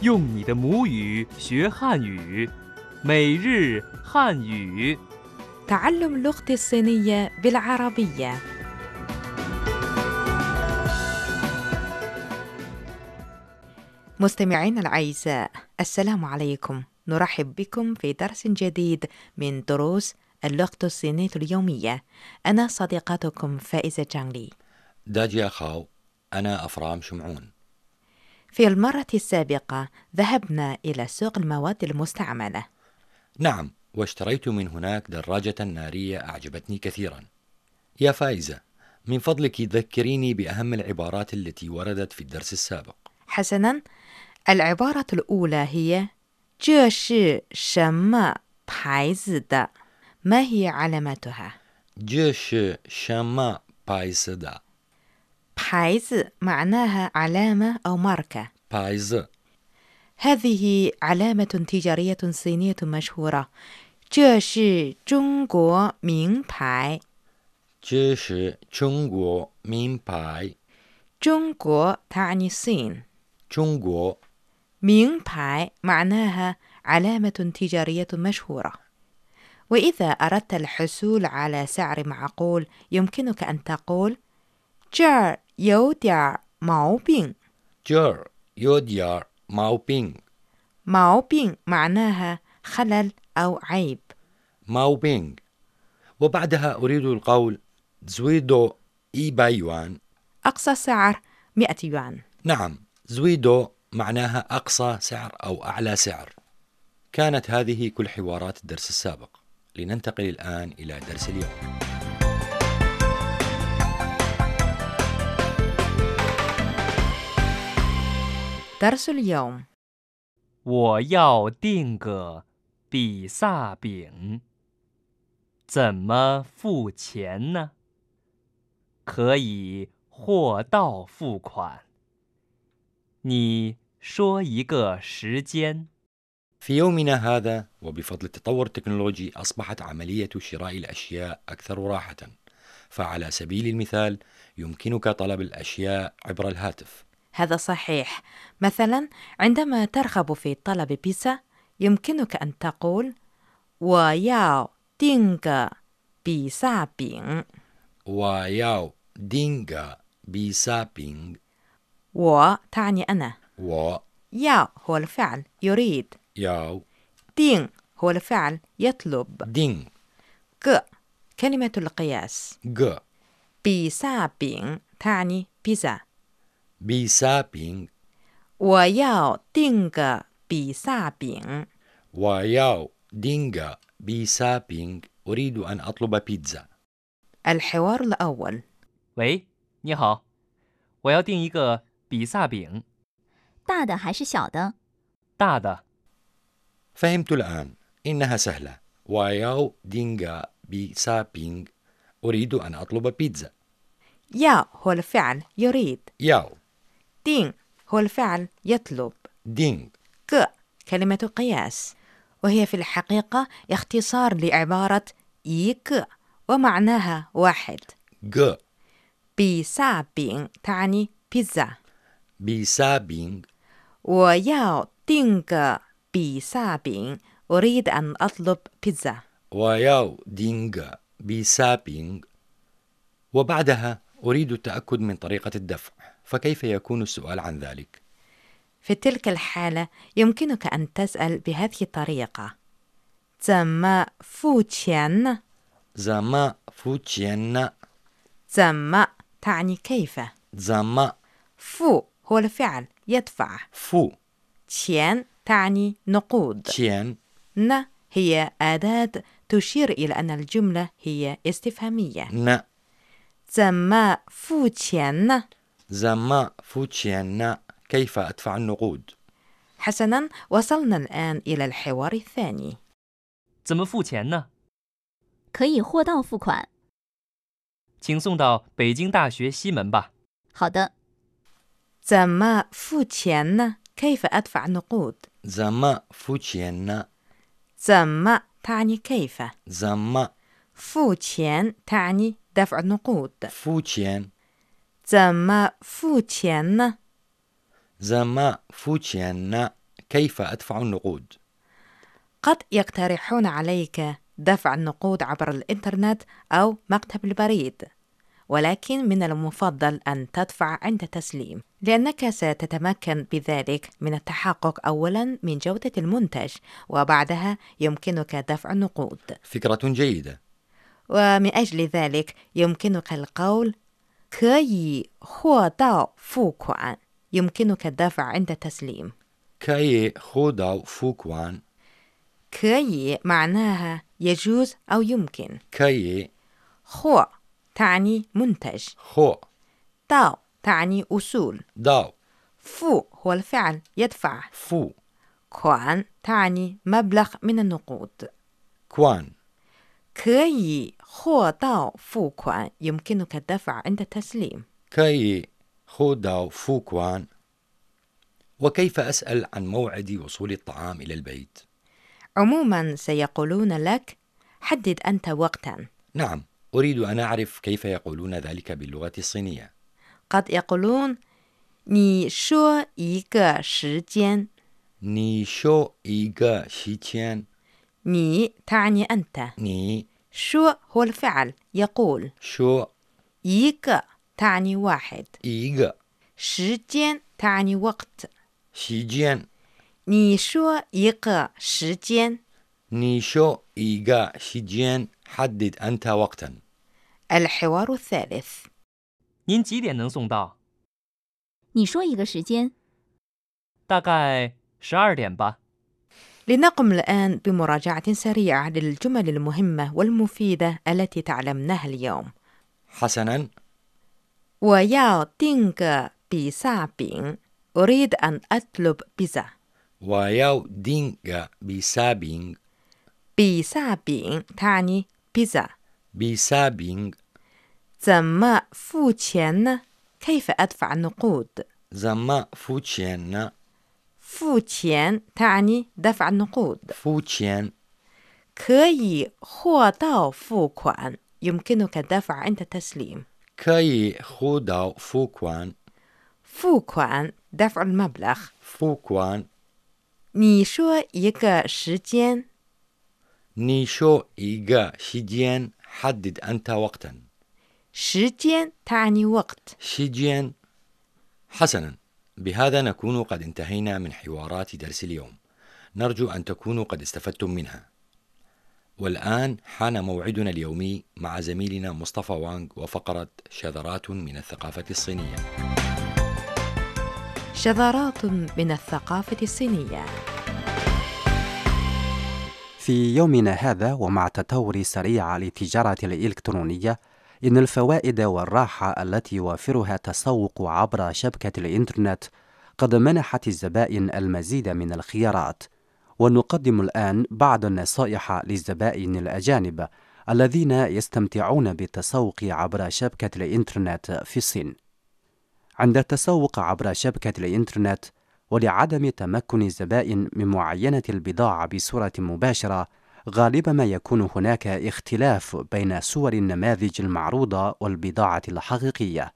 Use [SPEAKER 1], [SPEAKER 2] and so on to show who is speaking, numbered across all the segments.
[SPEAKER 1] 用你的母语学汉语，每日汉语。
[SPEAKER 2] تعلم لغتي الصينية بالعربية مستمعينا الأعزاء السلام عليكم نرحب بكم في درس جديد من دروس اللغة الصينية اليومية أنا صديقتكم فائزة جانلي
[SPEAKER 3] داجيا خاو أنا أفرام شمعون
[SPEAKER 2] في المرة السابقة ذهبنا إلى سوق المواد المستعملة
[SPEAKER 3] نعم واشتريت من هناك دراجة نارية أعجبتني كثيرا يا فائزة من فضلك ذكريني بأهم العبارات التي وردت في الدرس السابق
[SPEAKER 2] حسنا العبارة الأولى هي 这是什么牌子的 ما هي علامتها؟
[SPEAKER 3] جيش شاما بايزدا
[SPEAKER 2] 牌子 معناها علامة أو ماركة
[SPEAKER 3] بايز
[SPEAKER 2] هذه علامة تجارية صينية مشهورة 这是中国名牌
[SPEAKER 3] جيش تشونغو مين باي
[SPEAKER 2] 中国 تعني الصين
[SPEAKER 3] تشونغو
[SPEAKER 2] 名牌 معناها علامة تجارية مشهورة وإذا أردت الحصول على سعر معقول يمكنك أن تقول 这儿有点儿毛病
[SPEAKER 3] جر يوديار ماو بينغ
[SPEAKER 2] ماو بين معناها خلل أو عيب
[SPEAKER 3] ماو بينغ وبعدها أريد القول زويدو إي بايوان
[SPEAKER 2] أقصى سعر 100 يوان
[SPEAKER 3] نعم زويدو معناها أقصى سعر أو أعلى سعر كانت هذه كل حوارات الدرس السابق لننتقل الآن إلى درس اليوم
[SPEAKER 2] درس اليوم
[SPEAKER 1] 我要订个比萨饼，怎么付钱呢？可以货到付款。你说一个时间。
[SPEAKER 3] في يومنا هذا وبفضل التطور التكنولوجي أصبحت عملية شراء الأشياء أكثر راحة فعلى سبيل المثال يمكنك طلب الأشياء عبر الهاتف
[SPEAKER 2] هذا صحيح مثلا عندما ترغب في طلب بيتزا يمكنك أن تقول 我要订个比萨饼
[SPEAKER 3] وياو دينغا بيسابينغ
[SPEAKER 2] 我 تعني أنا
[SPEAKER 3] و
[SPEAKER 2] 要 هو الفعل يريد
[SPEAKER 3] ياو
[SPEAKER 2] 订 هو الفعل يطلب
[SPEAKER 3] دينغ
[SPEAKER 2] 个 كلمة القياس
[SPEAKER 3] غ
[SPEAKER 2] 比萨饼 تعني بيتزا
[SPEAKER 3] بيسابينغ
[SPEAKER 2] 我要订个比萨饼
[SPEAKER 3] وياو دينغا بيسابينغ أريد أن أطلب بيتزا
[SPEAKER 2] الحوار الأول
[SPEAKER 1] 喂，你好，我要订一个比萨饼，
[SPEAKER 4] 大的还是小的？
[SPEAKER 1] 大的。
[SPEAKER 3] فهمت الآن إنها سهلة وياو دينغا بيسابينغ أريد أن أطلب بيتزا
[SPEAKER 2] 要 هو الفعل يريد
[SPEAKER 3] ياو
[SPEAKER 2] دين هو الفعل يطلب
[SPEAKER 3] دينغ
[SPEAKER 2] ك كلمة قياس وهي في الحقيقة اختصار لعبارة يك ومعناها واحد
[SPEAKER 3] غ
[SPEAKER 2] بيسا بين تعني بيتزا
[SPEAKER 3] بيسابينغ
[SPEAKER 2] 我要订个比萨饼 أريد أن أطلب بيتزا
[SPEAKER 3] وياو دينغ بيسابينغ وبعدها أريد التأكد من طريقة الدفع فكيف يكون السؤال عن ذلك؟
[SPEAKER 2] في تلك الحالة يمكنك أن تسأل بهذه الطريقة 怎么付钱呢？
[SPEAKER 3] زما فوتشين
[SPEAKER 2] 怎么 تعني كيف
[SPEAKER 3] زما
[SPEAKER 2] فو هو الفعل يدفع
[SPEAKER 3] فو
[SPEAKER 2] 钱 تعني نقود
[SPEAKER 3] تشين
[SPEAKER 2] ن هي أداة تشير إلى أن الجملة هي استفهامية
[SPEAKER 3] ن
[SPEAKER 2] 怎么付钱呢？
[SPEAKER 3] زما فوتشين كيف أدفع النقود؟
[SPEAKER 2] حسنا وصلنا الآن إلى الحوار الثاني
[SPEAKER 1] 怎么付钱呢？
[SPEAKER 4] 可以货到付款。
[SPEAKER 1] 请送到北京大学西门吧。
[SPEAKER 4] 好的，
[SPEAKER 2] 怎么付钱呢？كيف أدفع النقود؟
[SPEAKER 3] زما فوتشين
[SPEAKER 2] 怎么 تعني كيف
[SPEAKER 3] زما
[SPEAKER 2] 付钱 تعني دفع النقود
[SPEAKER 3] فوتشين
[SPEAKER 2] 怎么付钱呢？
[SPEAKER 3] زما فوتشين كيف أدفع النقود؟
[SPEAKER 2] قد يقترحون عليك دفع النقود عبر الإنترنت أو مكتب البريد ولكن من المفضل أن تدفع عند تسليم لأنك ستتمكن بذلك من التحقق أولا من جودة المنتج وبعدها يمكنك دفع النقود
[SPEAKER 3] فكرة جيدة
[SPEAKER 2] ومن أجل ذلك يمكنك القول 可以货到付款 يمكنك الدفع عند التسليم
[SPEAKER 3] كاي خوداو فوكوان
[SPEAKER 2] 可以 معناها يجوز أو يمكن
[SPEAKER 3] كاي
[SPEAKER 2] 货 تعني منتج
[SPEAKER 3] خو
[SPEAKER 2] داو تعني أصول
[SPEAKER 3] داو
[SPEAKER 2] فو هو الفعل يدفع
[SPEAKER 3] فو
[SPEAKER 2] كوان تعني مبلغ من النقود
[SPEAKER 3] كوان
[SPEAKER 2] 可以货到付款 يمكنك الدفع عند التسليم
[SPEAKER 3] كاي خوداو فوكوان وكيف أسأل عن موعد وصول الطعام إلى البيت؟
[SPEAKER 2] عموما سيقولون لك حدد أنت وقتا
[SPEAKER 3] نعم أريد أن أعرف كيف يقولون ذلك باللغة الصينية
[SPEAKER 2] قد يقولون 你说一个时间
[SPEAKER 3] ني شو إيغا شيتيان
[SPEAKER 2] 你 تعني أنت
[SPEAKER 3] ني
[SPEAKER 2] شو هو الفعل يقول
[SPEAKER 3] شو
[SPEAKER 2] 一个 تعني واحد
[SPEAKER 3] إيغا
[SPEAKER 2] 时间 تعني وقت
[SPEAKER 3] شيجيان
[SPEAKER 2] 你说一个时间
[SPEAKER 3] ني شو إيغا شيجيان حدد أنت وقتا
[SPEAKER 2] الحوار الثالث
[SPEAKER 1] 您几点能送到？
[SPEAKER 4] 你说一个时间，
[SPEAKER 1] 大概十二点吧。
[SPEAKER 2] لنقم الآن بمراجعة سريعة للجمل المهمة والمفيدة التي تعلمناها اليوم
[SPEAKER 3] حسنا
[SPEAKER 2] 我要订个比萨饼 أريد أن أطلب بيتزا
[SPEAKER 3] وياو دينغا بسابينغ
[SPEAKER 2] بيسابين تعني بيتزا
[SPEAKER 3] بسابينغ
[SPEAKER 2] 怎么付钱呢？كيف أدفع النقود؟
[SPEAKER 3] زما فوتشيان
[SPEAKER 2] 付钱 تعني دفع النقود
[SPEAKER 3] فوتشيان
[SPEAKER 2] 可以货到付款 يمكنك الدفع عند التسليم
[SPEAKER 3] كاي خوداو فوكوان
[SPEAKER 2] فوكوان دفع المبلغ
[SPEAKER 3] فوكوان
[SPEAKER 2] 你说一个时间
[SPEAKER 3] نيشو إيغا شيجيان حدد أنت وقتا
[SPEAKER 2] 时间 تعني وقت
[SPEAKER 3] شيجيان حسنا بهذا نكون قد انتهينا من حوارات درس اليوم نرجو أن تكونوا قد استفدتم منها والآن حان موعدنا اليومي مع زميلنا مصطفى وانغ وفقرة شذرات من الثقافة الصينية
[SPEAKER 2] شذرات من الثقافة الصينية
[SPEAKER 5] في يومنا هذا ومع التطور السريع للتجارة الإلكترونية إن الفوائد والراحة التي يوفرها التسوق عبر شبكة الإنترنت قد منحت الزبائن المزيد من الخيارات ونقدم الآن بعض النصائح للزبائن الأجانب الذين يستمتعون بالتسوق عبر شبكة الإنترنت في الصين عند التسوق عبر شبكة الإنترنت ولعدم تمكن الزبائن من معاينة البضاعة بصورة مباشرة، غالبا ما يكون هناك اختلاف بين صور النماذج المعروضة والبضاعة الحقيقية.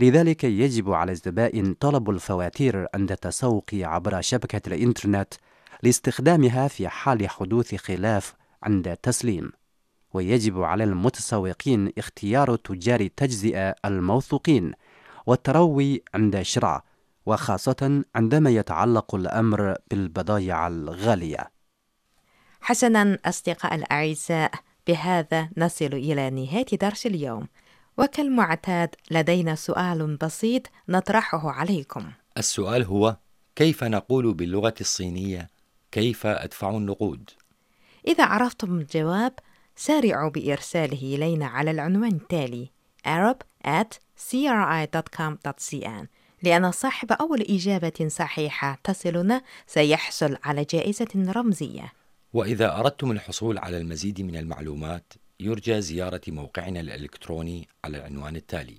[SPEAKER 5] لذلك يجب على الزبائن طلب الفواتير عند التسوق عبر شبكة الإنترنت لاستخدامها في حال حدوث خلاف عند التسليم. ويجب على المتسوقين اختيار تجار التجزئة الموثوقين والتروي عند الشراء وخاصة عندما يتعلق الأمر بالبضائع الغالية.
[SPEAKER 2] حسنا أصدقاء الأعزاء بهذا نصل إلى نهاية درس اليوم وكالمعتاد لدينا سؤال بسيط نطرحه عليكم
[SPEAKER 3] السؤال هو كيف نقول باللغة الصينية كيف أدفع النقود؟
[SPEAKER 2] إذا عرفتم الجواب سارعوا بإرساله إلينا على العنوان التالي arab at cri.com.cn لأن صاحب أول إجابة صحيحة تصلنا سيحصل على جائزة رمزية
[SPEAKER 3] وإذا أردتم الحصول على المزيد من المعلومات يرجى زيارة موقعنا الإلكتروني على العنوان التالي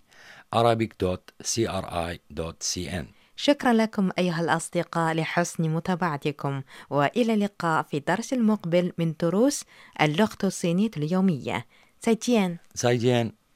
[SPEAKER 3] arabic.cri.cn
[SPEAKER 2] شكرا لكم أيها الأصدقاء لحسن متابعتكم وإلى اللقاء في الدرس المقبل من دروس اللغة الصينية اليومية سيتيان
[SPEAKER 3] زايدين